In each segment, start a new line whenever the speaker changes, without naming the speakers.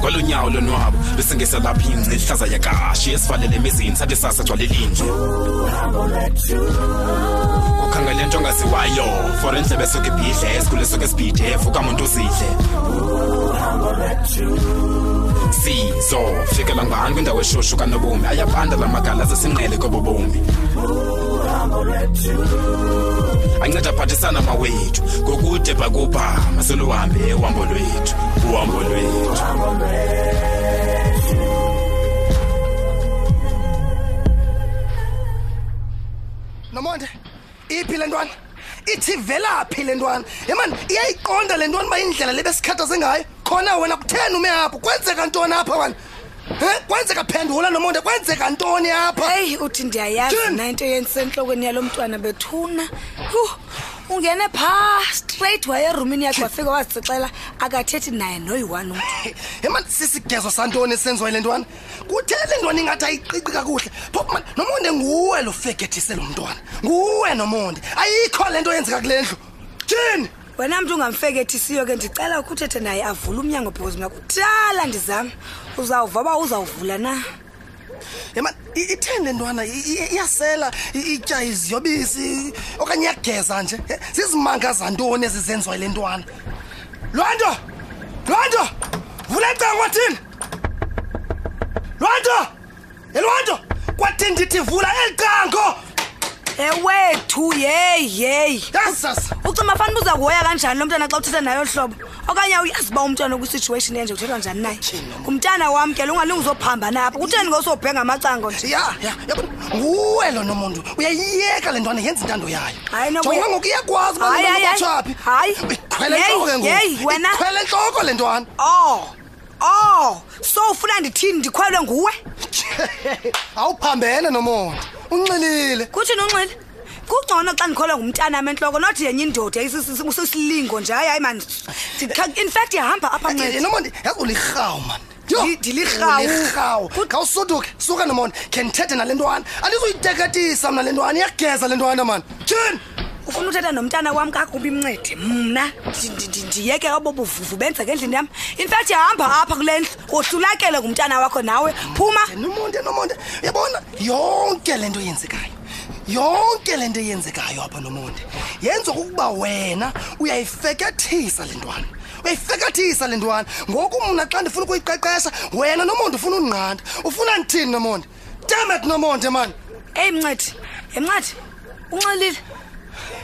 kwalonyawo lonwabo bese ngesalapha ingci ihlaza yakashi esivalele emizini sathi sasa gcwale linje ukhangele nto ongaziwayo for endlebe esuke ibhidle esikhule esuke esibhidef ukamuntu uzidle sizo fikela ngubani kwindawo eshushu kanobomi ayabanda la magala zesinqele kobobomi anceda aphathisana mawethu ngokude bhakubha maseluhambe uhambo lwethu uhambo lwethu
nomonde iphi le ntwana ithi velaphi le ntwana yemani iyayiqonda le ntwana uba indlela lebesikhathaze ngayo khona wena kutheni ume apho kwenzeka ntoni apha wena he kwenzeka phendula nomonde kwenzeka ntoni apha
heyi uthi ndiyayazi
Tyhini!
mna into yentsisentlokweni yalo mntwana bethuna hu ungene phaa straight waya erumini yakhe wafika wazixela akathethi naye noyi-one umntu
yemani sisigezo santoni esenziwayo le ntwana kuthe le ntwana ingathi ayiqiqi kakuhle phopman nomonde nguwe lofekethise lo mntwana nguwe nomonde ayikho le nto yenzeka kule ndlu tshini
wena mntu ungamfekethisiyo ke ndicela ukuthethe naye avule umnyango because mna kudala ndizama uzawuva uba uzawuvula na
yemani itheni le ntwana I- i- iyasela i- itya iziyobisi okanye iyageza nje Eh, zizimanga zantoni ezizenziwayo le ntwana lwa nto lwa nto vula ecango kwathini lwa nto elwa nto kwathini ndithi vula eli cango
ewethu yeyi yeyi
yasasa
ucima fanele uza kuhoya kanjani lo mntana xa uthetha nayo hlobo okanye awuyazi uba umntwana okwisituation enje uthethwa njani naye ngumntana wam ke lo ungalingi uzophamba napho kutheni ngosowubhenga amacango nje
ya ya yabona nguwe lo nomuntu uyayiyeka le ntwana yenza intando yayo
Hayi, nobuya-
jonga ngoku iyakwazi uba
Hayi, hayi, hayi.
nobatshaphi
Hayi.
ikhwele
Yeyi,
entloko ke
yeyi,
ngoku
wena.
ikhwele entloko le ntwana
oh oh so ufuna ndithini ndikhwelwe nguwe
awuphambene nomonde unxilile
kuthini unxile kungcono xa ndikholwe ngumntana mentloko nothi yenye indoda usisilingo nje hayi hayi mani Ndikha- in fact ihamba apha ncele
nomonde yazi ulirhawu mani
Ndi- ndilirhawu. Kut-
khawusuduke suka nomonde khe ndithethe nale ntwana andizuyiteketisa mna le ntwana iyageza le ntwana mani tyhini
ufuna uthetha nomntana wam kakubi mncede mna ndi- ndi- ndi- ndiyeke obo buvuvu benzeke endlini yam infact ihamba apha kule ndlu wohlulakele ngumntana wakho nawe phuma
nomonde nomonde uyabona yonke le nto yenzekayo yonke le nto yenzekayo apha nomonde yenziwa kukuba wena uyayifekethisa le ntwana uyayifekethisa le ntwana ngoku mna xa ndifuna ukuyiqeqesha wena nomonde ufuna undiqanda ufuna ndithini nomonde damet nomonde mani
eyi mncedi emncedi unxilile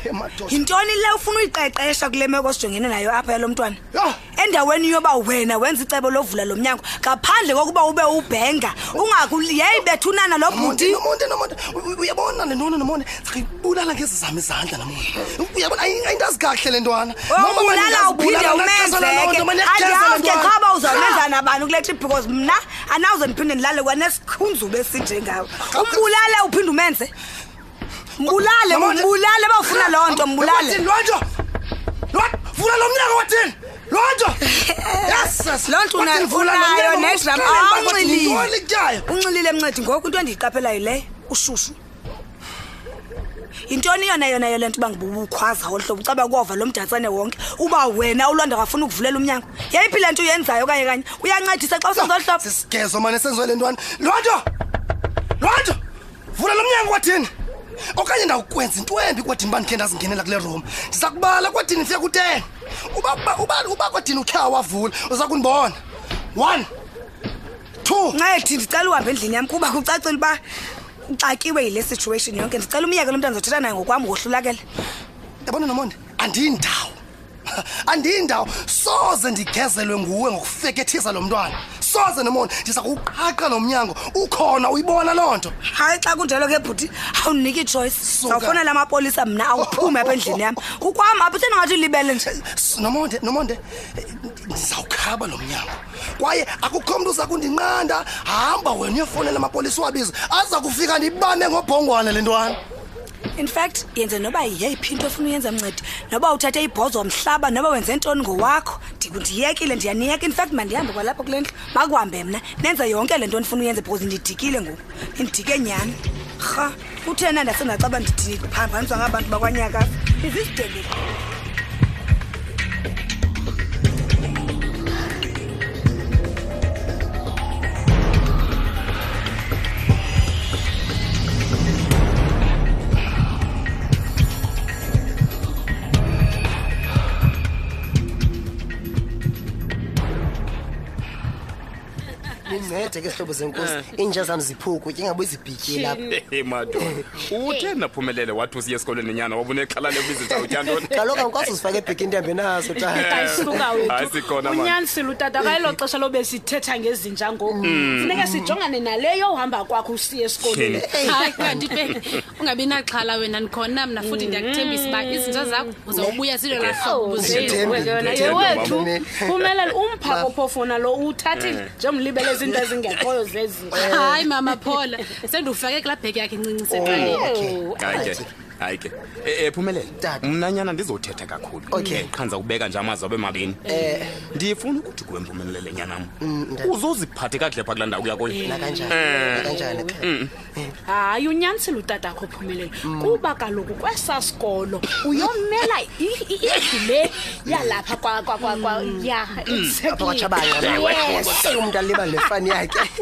emadoda
yintoni le ufuna uyiqeqesha kule meko sijongene nayo apha yalo mntwana
Yho!
endaweni yoba wena wenza icebo lovula lo mnyango ngaphandle kokuba ube ubhenga ungakuyeyi bethunana lo
nomonde
bhuti
nomonde nomonde u- u- uyabona le ntwana nomonde ndizayibulala ngezi zam izandla nomonde uyabona ayi- ayindazi kakuhle le ntwana
Oh,
Noba mani
obulala uphinde
ndingazibulala, ndinexesha laloo
umenzeke
nto, mani, ndiyageza le
andihafu ke
ntwana.
qhaba uzawumenza nabani kule trip because mna anawuze ndiphinde ndilale kwanesikhunzuba esinjengawe umbulale uphinde umenze mbulale
Nomonde.
mbulale uba ufuna loo nto mbulale
Wathini, lonto Lwa- vula lo mnyaka wathini lonto Yes,
Loo nto una-
wathini, vula lo
unayo
mnyaka,
nedrama.
uxelele uba wathini,
Awunxilile.
yintoni elityayo?
unxilile mncedi ngoku into endiyiqaphelayo leyo ushushu yintoni yona yona yole nto uba ngibubukhwaza olu hlobo ucaba kuwova lo mdatsane wonke uba wena ulonda wafuna ukuvulela umnyango yeyiphi le nto uyenzayo okanye kanye uyancedisa xa usenza olu hlobo
sisigezo mane senziwe le ntwana lonto lonto vula lo mnyaka wathini okanye ndawukwenza intwembi kwadini uba ndikhe ndazingenela kule room ndiza kubala kwadini ndifike ku-ten uba, uba, uba, uba kwadini ukhe awavula uza kundibona one two
ncedi ndicela uhambe endlini yam kuba kucacile uba uxakiwe yile situation yonke ndicela umyeke lo mntana ndizothetha naye ngokwam ngohlulakele
yabona nomonde andiyindawo andiyindawo soze ndigezelwe nguwe ngokufekethisa lo mntwana soze nomonde ndiza kuwuqaqa lo mnyango ukhona uyibona loo nto
hayi xa kunjalo ke bhuti awundiniki ichoyisi
Suka.
zawufowunela amapolisa mna awuphume apha endlini yam kukwam apha uthenangathi ulibele nje
S- nomonde nomonde eh, ndizawukhaba lo mnyango kwaye akukho mntu uza kundinqanda hamba wena uyofowunela amapolisa wabizo aza kufika ndibame ngobhongwane le ntwana
in fact yenze noba yeyiphi into ofuna uyenza mncedi noba uthathe ibhozo womhlaba noba wenze ntoni ngowakho Ndiku- ndiyekile ndiyaniyeka in fact mandihambe kwalapha kule ndlu makuhambe mna nenze yonke le nto ndifuna uyenza because ndidikile ngoku ndidike nyhani rha kuthena ndasendacaba ndiphambaniswa ngabantu bakwanyakazi izizidekile
ndincede ke zihlobo zenkosi iinja zam ziphukutye ingabe zibhityile apha
Hey mato. Uthe naphumelele wathi usiye esikolweni nyana wabunexhala lebizitha utyantoni.
kaloku angikwazi uzifaka ebhekini ndihambe naso tata
ayisuka
Eh, Hayi, sikhona, man.
wethuunyanisile utata kwayelo xesha lobe sithetha ngezinja ngoku
Mm.
funeke sijongane naleyo uhamba kwakho usiye esikolweni
hayi kanti ke ungabi naxhala wena ndikhona mna futhi ndiyakuthembisa uba izinto zakho uzawubuya zilolaa hlobo
Zithembi,
Yona,
zithembi,
yewethu
mameli.
phumelele umphakophofu lo
Eh.
uthathile njengomlibele ezinto ezingekhoyo zezinto
hayi mama phola sendiwufake kulaa bheki yakhe incinci
Oh.
seqaleni
Hayi ke. Hayi ke. Eh eh, phumelele.
Tata.
Mna nyana ndizothetha kakhulu.
Okay.
Qhanza ubeka nje amazwi abe mabini.
Eh. Mm,
Ndifuna ukuthi kuwe mpumelele nyana.
ndaba-
Uzoziphathe kakuhle pha kulaa ndawo uyakuyo.
nakanjani nakanjani tata
hayi unyanisile utatakho phumelele kuba kaloku kwesaa sikolo uyomela i- i- indlu le yalapha kwa- kwa- kwa- kwa- ya
apha kwatshabanga umntu alibali nefani yakhe Hayi,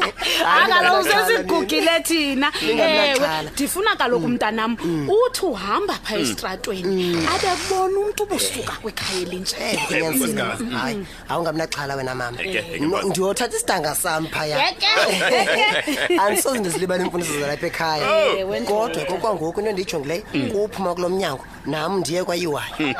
akaloku
ndinganixhala nini.
sesigugile thina ewe
Ndingamnaxhala.
Eh, ndifuna kaloku
Mm.
mntanam uthi uhamba phaa esitratweni abebona umntu ubusuka kwikhaya elinje
Kunyanzile.
Nkosikazi.
Eh, hayi awungamnaxhala wena mama
Eke, eke,
No,
boss.
ndiyothatha isidanga sam phaya andisoze ndizilibale iimfuniso zalapha ekhaya
Oh.
Ewe,
kodwa
ndoda.
kokwangoku into endiyijongileyo kuphuma kulo mnyango nam ndiye
Hmm.
kwayiwayo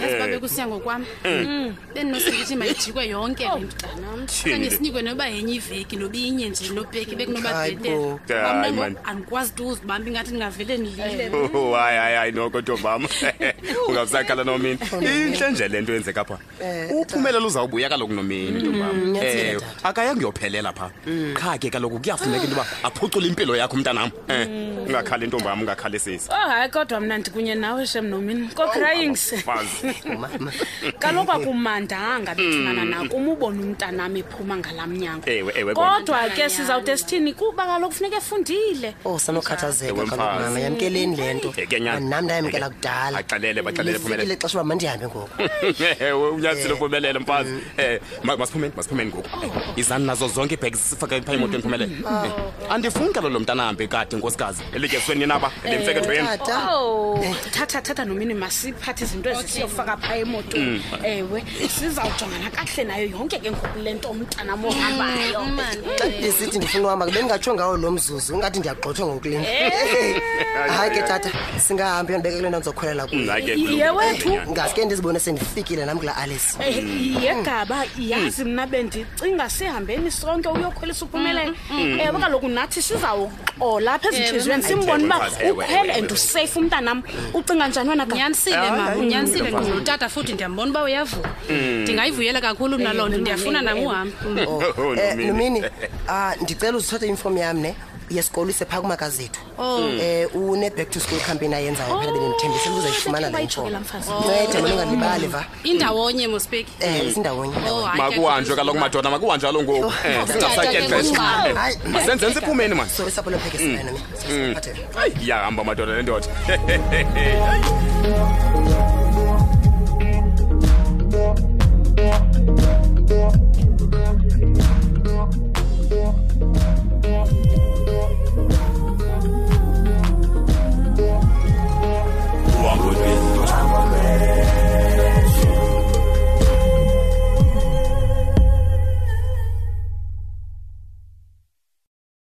yazi uba bekusiya ngokwam Mm, bendinosikithi mayijikwe yonke le mntanam okanye sinikwe noba yenye iveki noba inye nje nobheki bekunoba
Hayi
bhetele
bo.
Hayi,
Uba mna
man.
ngoku andikwazi tu uzibamba ingathi ndingavele ndilile
Oh, hayi hayi hayi noko ntombam ungabusakhala nomini intle nje le nto yenzeka phaa
Eh,
uphumelele uzawubuya kaloku nomini ntombam
nyanzelile,
Eh,
Mm, tata. Mm.
akayangiyophelela phaa qha ke kaloku kuyafuneka into yoba aphucule impilo yakho mntanam Eh,
Mm.
ungakhali ntombam ungakhalisisi
oh hayi kodwa mna ndikunye nawe shem nomini
Oh,
kocryings
fazi
mama
kaloku akumandanga bethunana nakum ubona umntanam ephuma ngalaa mnyango
Mm. Ewe, ewe, Bonnie.
kodwa ke sizawude sithini kuba kaloku funeka efundile
oh sanokhathazeka
Ewe,
kaloku
mfazi.
mama yamkeleni le nto
Yeke, nyana.
nam ndayamkela kudala
Baxelele, baxelele, phumelele.
Lifikile ixesha uba mandihambe ngoku
ewe
Eh.
unyanisile uphumelele mfazi
Mm.
um masiphumeni masiphumeni ngoku
Oh.
izani nazo zonke ibhegi sifake phaa
Mm.
emotweni phumelele Eh, andifuni kaloku lo mntana ahambe kade nkosikazi elityesweni naba elimfekethweni
Eh, tata
Oh, thatha thatha nomini masiphathe izinto ezisiyofaka phaa
Mm.
emotweni ewe sizawujongana kakuhle nayo yonke ke ngoku le nto umntanam ohambayo
xa ndisithi ndifuna uhamba ke bendingatsho ngawo lo mzuzu ingathi ndiyagxothwa ngoku kule ndlu hayi ke tata singahambi yondibeka kule nto ndizokhwelela kuyo
hayi ke Mm.
Yewethu.
Nyana.
ngaske ndizibone sendifikile nam kula alice
Eh, yegaba yazi
Mm.
mna bendicinga sihambeni sonke uyokhwelisa uphumelele
Mm.
ewe kaloku nathi sizawuxola apha ezintliziyweni simbone uba
Ewe, Mm. ewe,
ukhwele
ewe,
and useyife umntanam ucinga njani wena gaba?
unyanisile mama unyanisile ndinotata futhi ndiyambona uba uyavuka ndingayivuyela kakhulu mna loo nto ndiyafuna nam uhamba
Oh,
Eh,
Nomini.
nomini ah, ndicela uzithathe iinfom yam ne yesikolise phaa kumakazethu um une-back to school campaign ayenzayo phela bendimthembisele uzayifumana le
Bayijongela
mfom
mfazi.
nceda mna ungalibali va
indawonye mospeki
um sindawonye
Oh, hayi,
makuhanjwe Eh, kaloku madoda makuhanjwe alo ngoku Eh, singasatyeli xesha
Hayi.
Eh, masenzeni siphumeni mani
sorry sapho lophekesayo nomini Sorry, siphathele.
iyahamba madoda nendoda